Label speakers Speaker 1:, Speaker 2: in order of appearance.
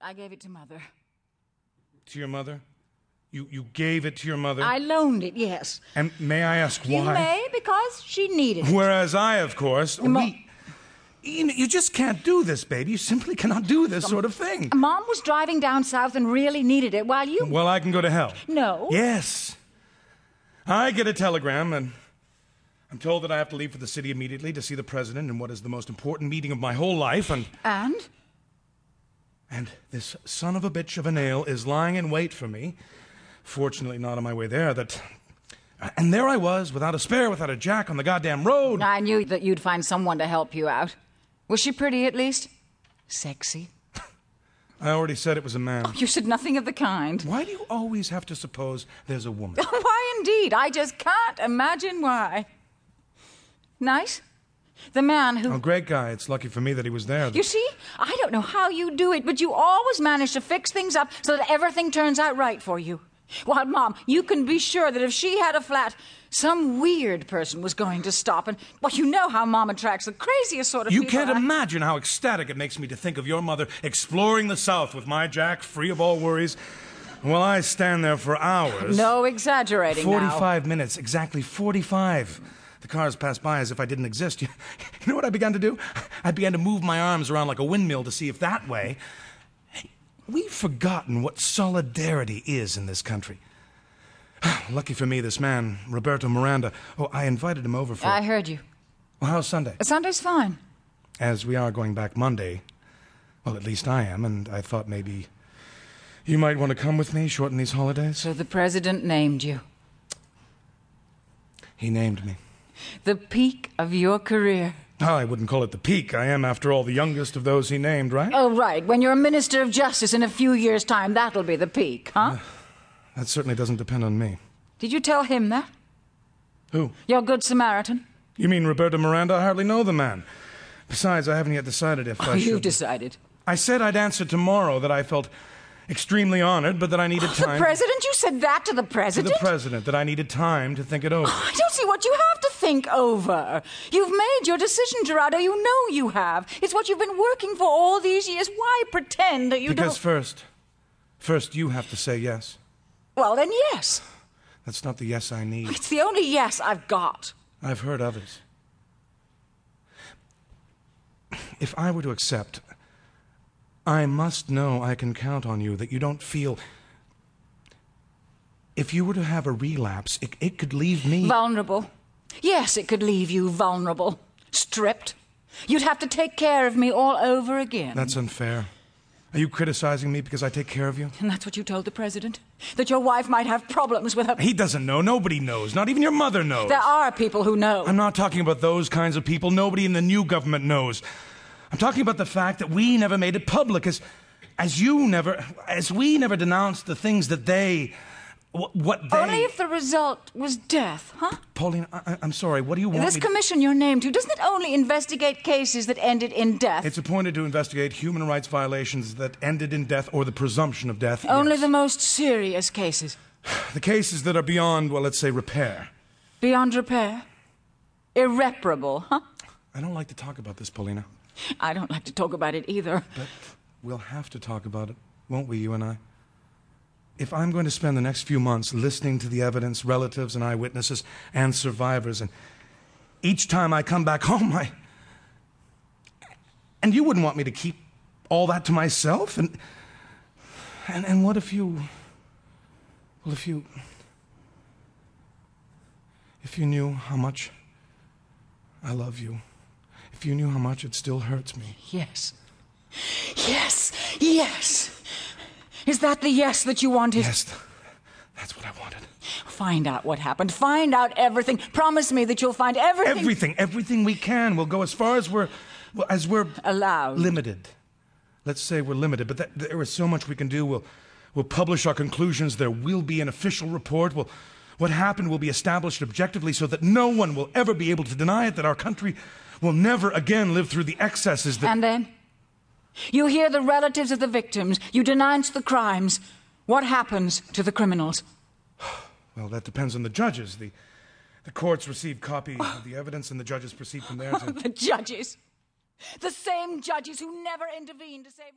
Speaker 1: I gave it to Mother.
Speaker 2: To your mother? You, you gave it to your mother?
Speaker 1: I loaned it, yes.
Speaker 2: and may I ask
Speaker 1: You
Speaker 2: why?
Speaker 1: may, because she needed it.
Speaker 2: Whereas I, of course, we, you, know, you just can't do this, baby. You simply cannot do this sort of thing.
Speaker 1: Mom was driving down south and really needed it, while you.
Speaker 2: Well, I can go to hell.
Speaker 1: No.
Speaker 2: Yes. I get a telegram, and I'm told that I have to leave for the city immediately to see the president in what is the most important meeting of my whole life, and
Speaker 1: And?
Speaker 2: and this son of a bitch of a nail is lying in wait for me. Fortunately, not on my way there. That, and there I was, without a spare, without a jack on the goddamn road.
Speaker 1: I knew that you'd find someone to help you out. Was she pretty, at least? Sexy?
Speaker 2: I already said it was a man.
Speaker 1: You said nothing of the kind.
Speaker 2: Why do you always have to suppose there's a woman?
Speaker 1: why, indeed? I just can't imagine why. Nice? The man who.
Speaker 2: Oh, great guy. It's lucky for me that he was there.
Speaker 1: You see, I don't know how you do it, but you always manage to fix things up so that everything turns out right for you. While, Mom, you can be sure that if she had a flat, some weird person was going to stop. And, well, you know how Mom attracts the craziest sort of
Speaker 2: You
Speaker 1: people.
Speaker 2: can't
Speaker 1: I-
Speaker 2: imagine how ecstatic it makes me to think of your mother exploring the South with my Jack, free of all worries. While I stand there for hours.
Speaker 1: No exaggerating now.
Speaker 2: 45 minutes, exactly 45. The cars passed by as if I didn't exist. You, you know what I began to do? I began to move my arms around like a windmill to see if that way. Hey, We've forgotten what solidarity is in this country. Lucky for me, this man, Roberto Miranda. Oh, I invited him over for.
Speaker 1: I heard you.
Speaker 2: well, how's Sunday?
Speaker 1: Sunday's fine.
Speaker 2: As we are going back Monday. Well, at least I am, and I thought maybe you might want to come with me, shorten these holidays.
Speaker 1: So the president named you.
Speaker 2: He named me.
Speaker 1: The peak of your career.
Speaker 2: Oh, I wouldn't call it the peak. I am, after all, the youngest of those he named, right?
Speaker 1: Oh, right. When you're a minister of justice in a few years' time, that'll be the peak, huh?
Speaker 2: That certainly doesn't depend on me.
Speaker 1: Did you tell him that?
Speaker 2: Who?
Speaker 1: Your good Samaritan?
Speaker 2: You mean Roberto Miranda? I hardly know the man. Besides, I haven't yet decided if I
Speaker 1: You've
Speaker 2: should.
Speaker 1: decided.
Speaker 2: I said I'd answer tomorrow. That I felt extremely honored, but that I needed
Speaker 1: The
Speaker 2: time.
Speaker 1: president? You said that to the
Speaker 2: to the
Speaker 1: president?
Speaker 2: president. That I needed time to think it over.
Speaker 1: I don't see what you have to think over. You've made your decision, Gerardo. You know you have. It's what you've been working for all these years. Why pretend that you
Speaker 2: because
Speaker 1: don't?
Speaker 2: first, first you have to say yes.
Speaker 1: well, then yes.
Speaker 2: That's not the yes I need.
Speaker 1: It's the only yes I've got.
Speaker 2: I've heard others. If I were to accept, I must know I can count on you, that you don't feel. If you were to have a relapse, it, it could leave me.
Speaker 1: Vulnerable. Yes, it could leave you vulnerable. Stripped. You'd have to take care of me all over again.
Speaker 2: That's unfair. Are you criticizing me because I take care of you?
Speaker 1: and that's what you told the president? That your wife might have problems with her.
Speaker 2: He doesn't know. Nobody knows. Not even your mother knows.
Speaker 1: There are people who know.
Speaker 2: I'm not talking about those kinds of people. Nobody in the new government knows. I'm talking about the fact that we never made it public, as, as you never, as we never denounced the things that they, wh- what they.
Speaker 1: Only if the result was death, huh?
Speaker 2: Pauline, I, I- I'm sorry. What do you want?
Speaker 1: This
Speaker 2: me to-
Speaker 1: commission you're named to doesn't only investigate cases that ended in death.
Speaker 2: it's appointed to investigate human rights violations that ended in death or the presumption of death.
Speaker 1: only
Speaker 2: yes.
Speaker 1: the most serious cases.
Speaker 2: the cases that are beyond, well, let's say repair.
Speaker 1: Beyond repair. Irreparable, huh?
Speaker 2: I don't like to talk about this, Paulina.
Speaker 1: I don't like to talk about it either.
Speaker 2: But we'll have to talk about it, won't we, you and I? If I'm going to spend the next few months listening to the evidence, relatives and eyewitnesses and survivors, and each time I come back home, I. And you wouldn't want me to keep all that to myself? And. And, and what if you. Well, if you. If you knew how much I love you, if you knew how much it still hurts me.
Speaker 1: Yes. Yes. Yes. Is that the yes that you wanted?
Speaker 2: Yes, th- that's what I wanted.
Speaker 1: Find out what happened. Find out everything. Promise me that you'll find everything.
Speaker 2: Everything, everything we can. We'll go as far as we're, well, as we're
Speaker 1: Allowed.
Speaker 2: limited. Let's say we're limited, but that, there is so much we can do. We'll, we'll publish our conclusions. There will be an official report. We'll, what happened will be established objectively, so that no one will ever be able to deny it. That our country will never again live through the excesses that.
Speaker 1: And then? You hear the relatives of the victims. You denounce the crimes. What happens to the criminals?
Speaker 2: well, that depends on the judges. The, the courts receive copy of the evidence, and the judges proceed from there. To,
Speaker 1: The judges. The same judges who never intervened to save.